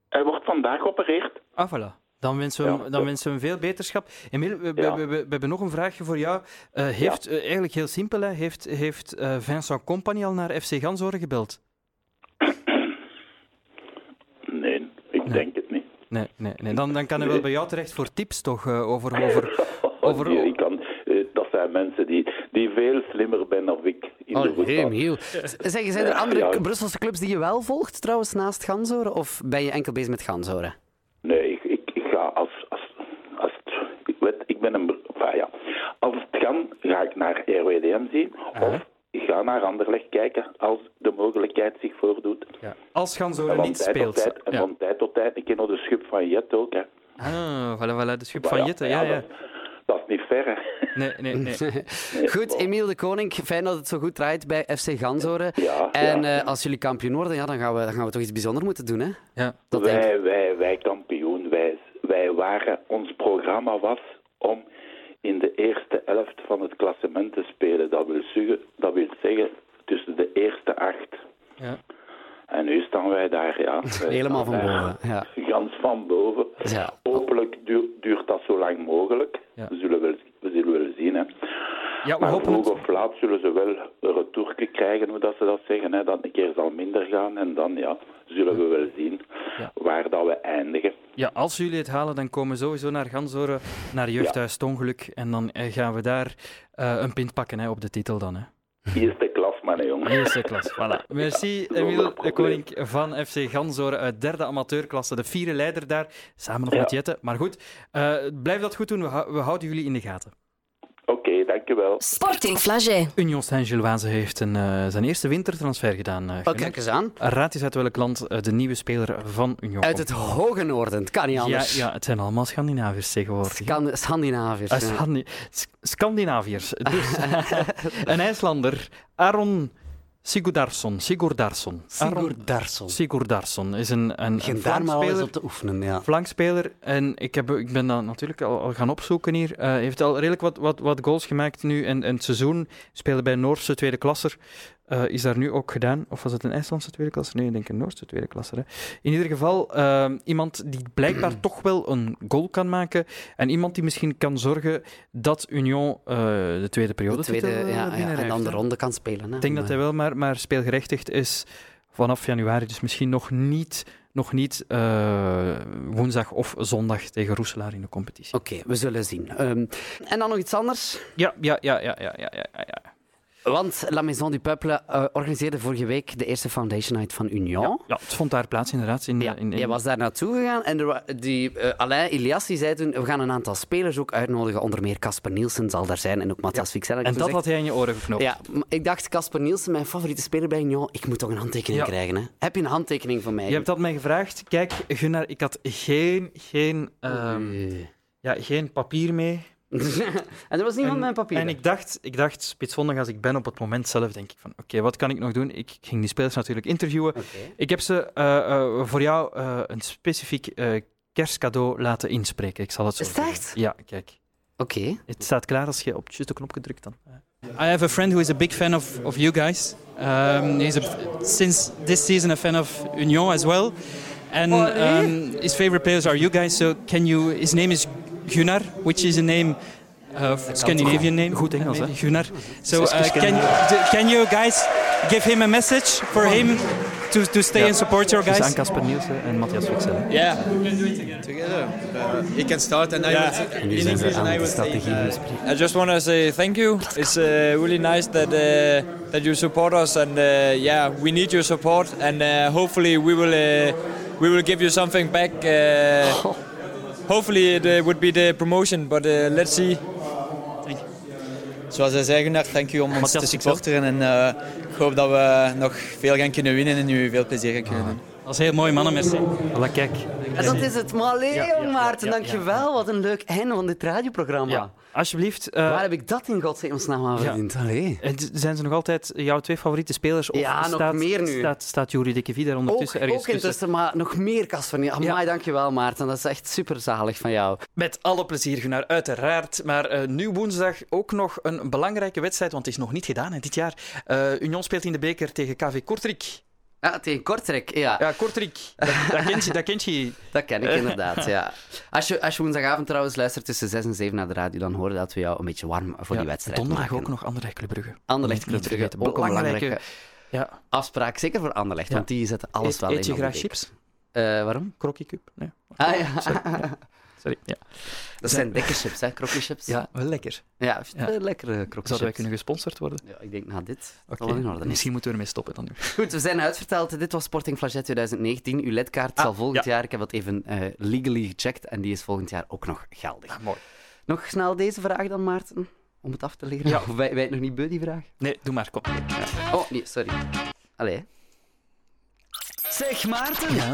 S7: hij wordt vandaag geopereerd.
S3: Ah, voilà. Dan wensen we, hem-
S7: Ja.
S3: dan wensen we hem veel beterschap. Emil, we, we-
S7: Ja.
S3: we, we- we hebben nog een vraagje voor jou. Eh, heeft, eh, eigenlijk heel simpel, hè, heeft, heeft eh, Vincent Company al naar FC Gansoren gebeld?
S7: Nee, ik denk het niet.
S3: Nee, nee, nee. Dan, dan kan hij wel bij jou terecht voor tips toch eh, over... over...
S7: Oh,
S3: Over-
S7: nee, ik kan, eh, dat zijn mensen die, die veel slimmer zijn dan ik in de
S4: Oh,
S7: voetbal.
S4: heel. Zeg, zijn er andere
S7: Ja.
S4: k- Brusselse clubs die je wel volgt trouwens naast Gansoren? Of ben je enkel bezig met Gansoren?
S7: Nee, ik, ik, ik ga als... als, als het, ik, weet, ik ben een... br- Enfin, ja. Als het kan, ga ik naar RWDM zien. Of ik ga naar Anderlecht kijken als de mogelijkheid zich voordoet.
S3: Als
S7: En
S3: Gansoren
S7: van
S3: niet
S7: tijd tot
S3: speelt.
S7: tijd, en
S3: Ja.
S7: van tijd tot tijd, ik ken nog de schub van Jet ook. Hè.
S3: Ah, voilà, voilà, de schub van Jette. Ja,
S7: maar
S3: ja.
S7: Dat, dat is niet ver, hè.
S3: Nee, nee, nee.
S4: Goed, Emiel de Koning, fijn dat het zo goed draait bij FC Gansoren.
S7: Ja,
S4: en
S7: ja.
S4: eh, als jullie kampioen worden, ja, dan, gaan we, dan gaan we toch iets bijzonders moeten doen, hè?
S3: Ja.
S4: Dat denk ik.
S7: wij, wij, wij kampioen, wij, wij waren, ons programma was om in de eerste helft van het klassement te spelen. Dat wil, zeggen, dat wil zeggen tussen de eerste acht.
S3: Ja.
S7: En nu staan wij daar, ja. wij
S4: Helemaal
S7: staan
S4: van
S7: daar.
S4: boven, ja.
S7: Gans van boven.
S4: Ja.
S7: Hopelijk duur- duurt dat zo lang mogelijk.
S3: Ja.
S7: We, zullen wel, we zullen wel zien, hè.
S3: ja, we
S7: Maar
S3: hopen
S7: vroeg
S3: het.
S7: of laat zullen ze wel een retourke krijgen, hoe dat ze dat zeggen. Hè. Dat een keer zal minder gaan en dan ja, zullen we wel zien
S3: Ja.
S7: waar dat we eindigen.
S3: Ja, als jullie het halen, dan komen we sowieso naar Gansoren, naar Jeugdhuis het Ongeluk. En dan eh, gaan we daar eh, een pint pakken hè, op de titel dan. Hè.
S7: Eerste klas, mannen, jongen.
S3: Eerste klas, voilà. Merci,
S7: zonder
S3: Emiel de
S7: probleem.
S3: Koning van FC Ganzoren uit derde amateurklasse. De vierde leider daar, samen nog
S7: Ja.
S3: met Jette. Maar goed, eh, blijf dat goed doen. We, hou- we houden jullie in de gaten.
S7: Oké, dankjewel.
S2: Sporting Flagey.
S3: Union Saint-Gilloise heeft een, eh, zijn eerste wintertransfer gedaan. eh,
S4: Oh,
S3: Gunnar.
S4: kijk eens aan.
S3: Raad eens uit welk land eh, de nieuwe speler van Union
S4: Uit
S3: komt.
S4: het hoge noorden, het kan niet
S3: ja,
S4: anders.
S3: ja, het zijn allemaal Scandinaviërs tegenwoordig. hè.
S4: Scan- Scandinaviërs.
S3: Eh,
S4: ja.
S3: Scandi- S- Scandinaviërs. Dus, een IJslander, Aron Sigurdarsson. Sigurdarsson. Aron
S4: Sigurdarsson.
S3: Sigurdarsson is een, een, een
S4: Begin daar maar wel eens
S3: flankspeler.
S4: op te oefenen, ja.
S3: Flankspeler. En ik, heb, ik ben dan natuurlijk al, al gaan opzoeken hier. Eh, heeft al redelijk wat, wat, wat goals gemaakt nu in, in het seizoen. Speelde bij Noorse tweede klasser. Eh, is daar nu ook gedaan. Of was het een IJslandse tweede klasser? Nee, ik denk een Noorse tweede klasser. Hè. In ieder geval eh, iemand die blijkbaar toch wel een goal kan maken. En iemand die misschien kan zorgen dat Union eh, de tweede periode
S4: De tweede,
S3: titel, eh,
S4: ja, ja.
S3: binnenrijft,
S4: En dan de
S3: hè.
S4: ronde kan spelen. Hè.
S3: Ik denk dat hij wel maar, maar speelgerechtigd is vanaf januari. Dus misschien nog niet, nog niet eh, woensdag of zondag tegen Roeselaar in de competitie.
S4: Oké, we zullen zien. Ehm, en dan nog iets anders.
S3: Ja, ja, ja, ja, ja, ja, ja, ja.
S4: Want La Maison du Peuple eh, organiseerde vorige week de eerste Foundation Night van Union.
S3: Ja, het vond daar plaats inderdaad. In,
S4: Ja,
S3: in, in-
S4: jij was daar naartoe gegaan en er wa- die, eh, Alain Ilias die zei toen, we gaan een aantal spelers ook uitnodigen. Onder meer Casper Nielsen zal daar zijn en ook Matthias Vixen.
S3: En dat had hij in je oren geknopt.
S4: Ja, maar ik dacht, Casper Nielsen, mijn favoriete speler bij Union, ik moet toch een handtekening
S3: Ja.
S4: krijgen. Hè? Heb je een handtekening van mij?
S3: Je hebt dat mij gevraagd. Kijk, Gunnar, ik had geen, geen, ehm,
S4: Eh.
S3: ja, geen papier mee.
S4: en er was niemand
S3: En-
S4: met een papier.
S3: En ik dacht, ik dacht, spitsvondig als ik ben op het moment zelf, denk ik van, oké, wat kan ik nog doen? Ik ging die spelers natuurlijk interviewen. Ik heb ze eh, eh, voor jou eh, een specifiek eh, kerstcadeau laten inspreken. Ik zal het zo
S4: Is het
S3: zeggen.
S4: echt?
S3: Ja, kijk.
S4: Oké.
S3: Het staat klaar als je op de knop gedrukt dan.
S8: I have a friend who is a big fan of, of you guys. Um, he's a, since this season a fan of Union as well, and um, his favorite players are you guys. So can you? His name is Gunnar, which is a name, uh, Scandinavian name.
S3: Goed Engels,
S8: maybe,
S3: hè?
S8: Gunnar. So uh, can d- can you guys give him a message for him to, to stay and support your
S3: Dus aan
S8: guys?
S3: Casper Nielsen en Matthias Vixen.
S8: Yeah.
S9: together. Uh, he can start, and I will uh,
S4: En nu zijn ze aan de strategie bespreken.
S10: I just want to say thank you. It's uh, really nice that uh, that you support us, and uh, yeah, we need your support, and uh, hopefully we will uh, we will give you something back. Uh, hopefully it uh, would be the promotion, but uh, let's see.
S9: Zoals hij zei, Gunnar, thank you om ons
S3: Matthias,
S9: te
S3: succes.
S9: supporteren. En eh, ik hoop dat we nog veel gaan kunnen winnen en u veel plezier gaan kunnen doen.
S8: Dat is heel mooi mannen, merci.
S3: Voilà, kijk.
S4: En dat is het. Maar allee,
S3: ja,
S4: jong Maarten,
S3: ja, ja,
S4: dankjewel. Wat een leuk einde van dit radioprogramma.
S3: Ja. Alsjeblieft. eh,
S4: Waar heb ik dat in godsnaam aan
S3: ja.
S4: verdiend? Allee.
S3: en d- zijn ze nog altijd jouw twee favoriete spelers? Of
S4: Ja, nog
S3: staat,
S4: meer nu.
S3: Staat, staat Jury de Kevie daar
S4: Ook,
S3: ondertussen ergens
S4: ook
S3: tussen?
S4: intussen, maar nog meer Casper Nielsen. Amai, dankjewel Maarten. Dat is echt superzalig van jou.
S3: Met alle plezier, Gunnar, uiteraard. Maar eh, nu woensdag ook nog een belangrijke wedstrijd, want het is nog niet gedaan hè, dit jaar. Eh, Union speelt in de beker tegen KV Kortrijk.
S4: Ja, tegen Kortrijk, ja.
S3: Ja, Kortrijk, dat, dat kent je. Dat kent je.
S4: Dat ken ik inderdaad, ja. Als je, als je woensdagavond trouwens luistert tussen 6 en 7 naar de radio, dan horen dat we jou een beetje warm voor die
S3: Ja,
S4: wedstrijd
S3: Donderdag
S4: maken.
S3: ook nog Anderlecht Club Brugge.
S4: Anderlecht
S3: Niet- niet
S4: Club Brugge,
S3: vergeten.
S4: ook een belangrijke
S3: Ja.
S4: afspraak. Zeker voor Anderlecht,
S3: Ja.
S4: want die zetten alles
S3: Eet,
S4: wel in.
S3: eet je
S4: op de
S3: graag
S4: week.
S3: chips?
S4: Eh, waarom?
S3: Crocky Cup? Nee.
S4: Ah ja,
S3: Sorry. Ja.
S4: dat zijn dikke chips, hè? Krokkie chips.
S3: ja, wel lekker.
S4: ja, ik vind het
S3: Ja.
S4: wel lekkere krokkie
S3: Zouden wij
S4: chips.
S3: kunnen gesponsord worden?
S4: Ja, ik denk na dit. dat
S3: Oké.
S4: wel in orde is.
S3: Misschien moeten we ermee stoppen dan nu.
S4: Goed, we zijn uitverteld. Dit was Sporting Flagget 2019. Uw
S3: Ah,
S4: lidkaart zal volgend jaar, ik heb dat even eh, legally gecheckt, en die is volgend jaar ook nog geldig.
S3: Ah, mooi.
S4: Nog snel deze vraag dan, Maarten, om het af te leren.
S3: Ja.
S4: Of wij, wij het nog niet beu, die vraag?
S3: Nee, doe maar, kom.
S4: Oh, nee, sorry. Allee. Zeg, Maarten.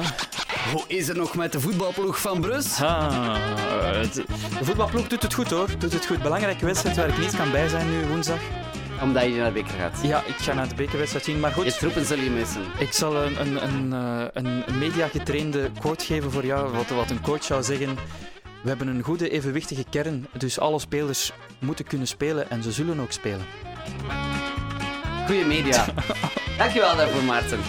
S4: Hoe is het nog met de voetbalploeg van Brus?
S3: Ah, het- de voetbalploeg doet het goed hoor. Doet het goed. Belangrijke wedstrijd waar ik niet kan bij zijn nu woensdag.
S4: Omdat je naar de beker gaat.
S3: Ja, ik ga naar de bekerwedstrijd zien, maar goed.
S4: Je troepen zul je missen.
S3: Ik zal een, een, een, eh, een een media-getrainde quote geven voor jou, wat, wat een coach zou zeggen. We hebben een goede, evenwichtige kern, dus alle spelers moeten kunnen spelen en ze zullen ook spelen.
S4: Goeie media. Dankjewel daarvoor, Maarten.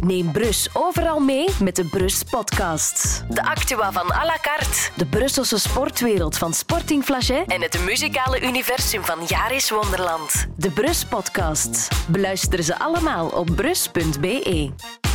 S2: Neem Brus overal mee met de Brus Podcast. De actua van à la carte. De Brusselse sportwereld van Sporting Flagey. En het muzikale universum van Jaris Wonderland. De Brus Podcast. Beluister ze allemaal op brus.be.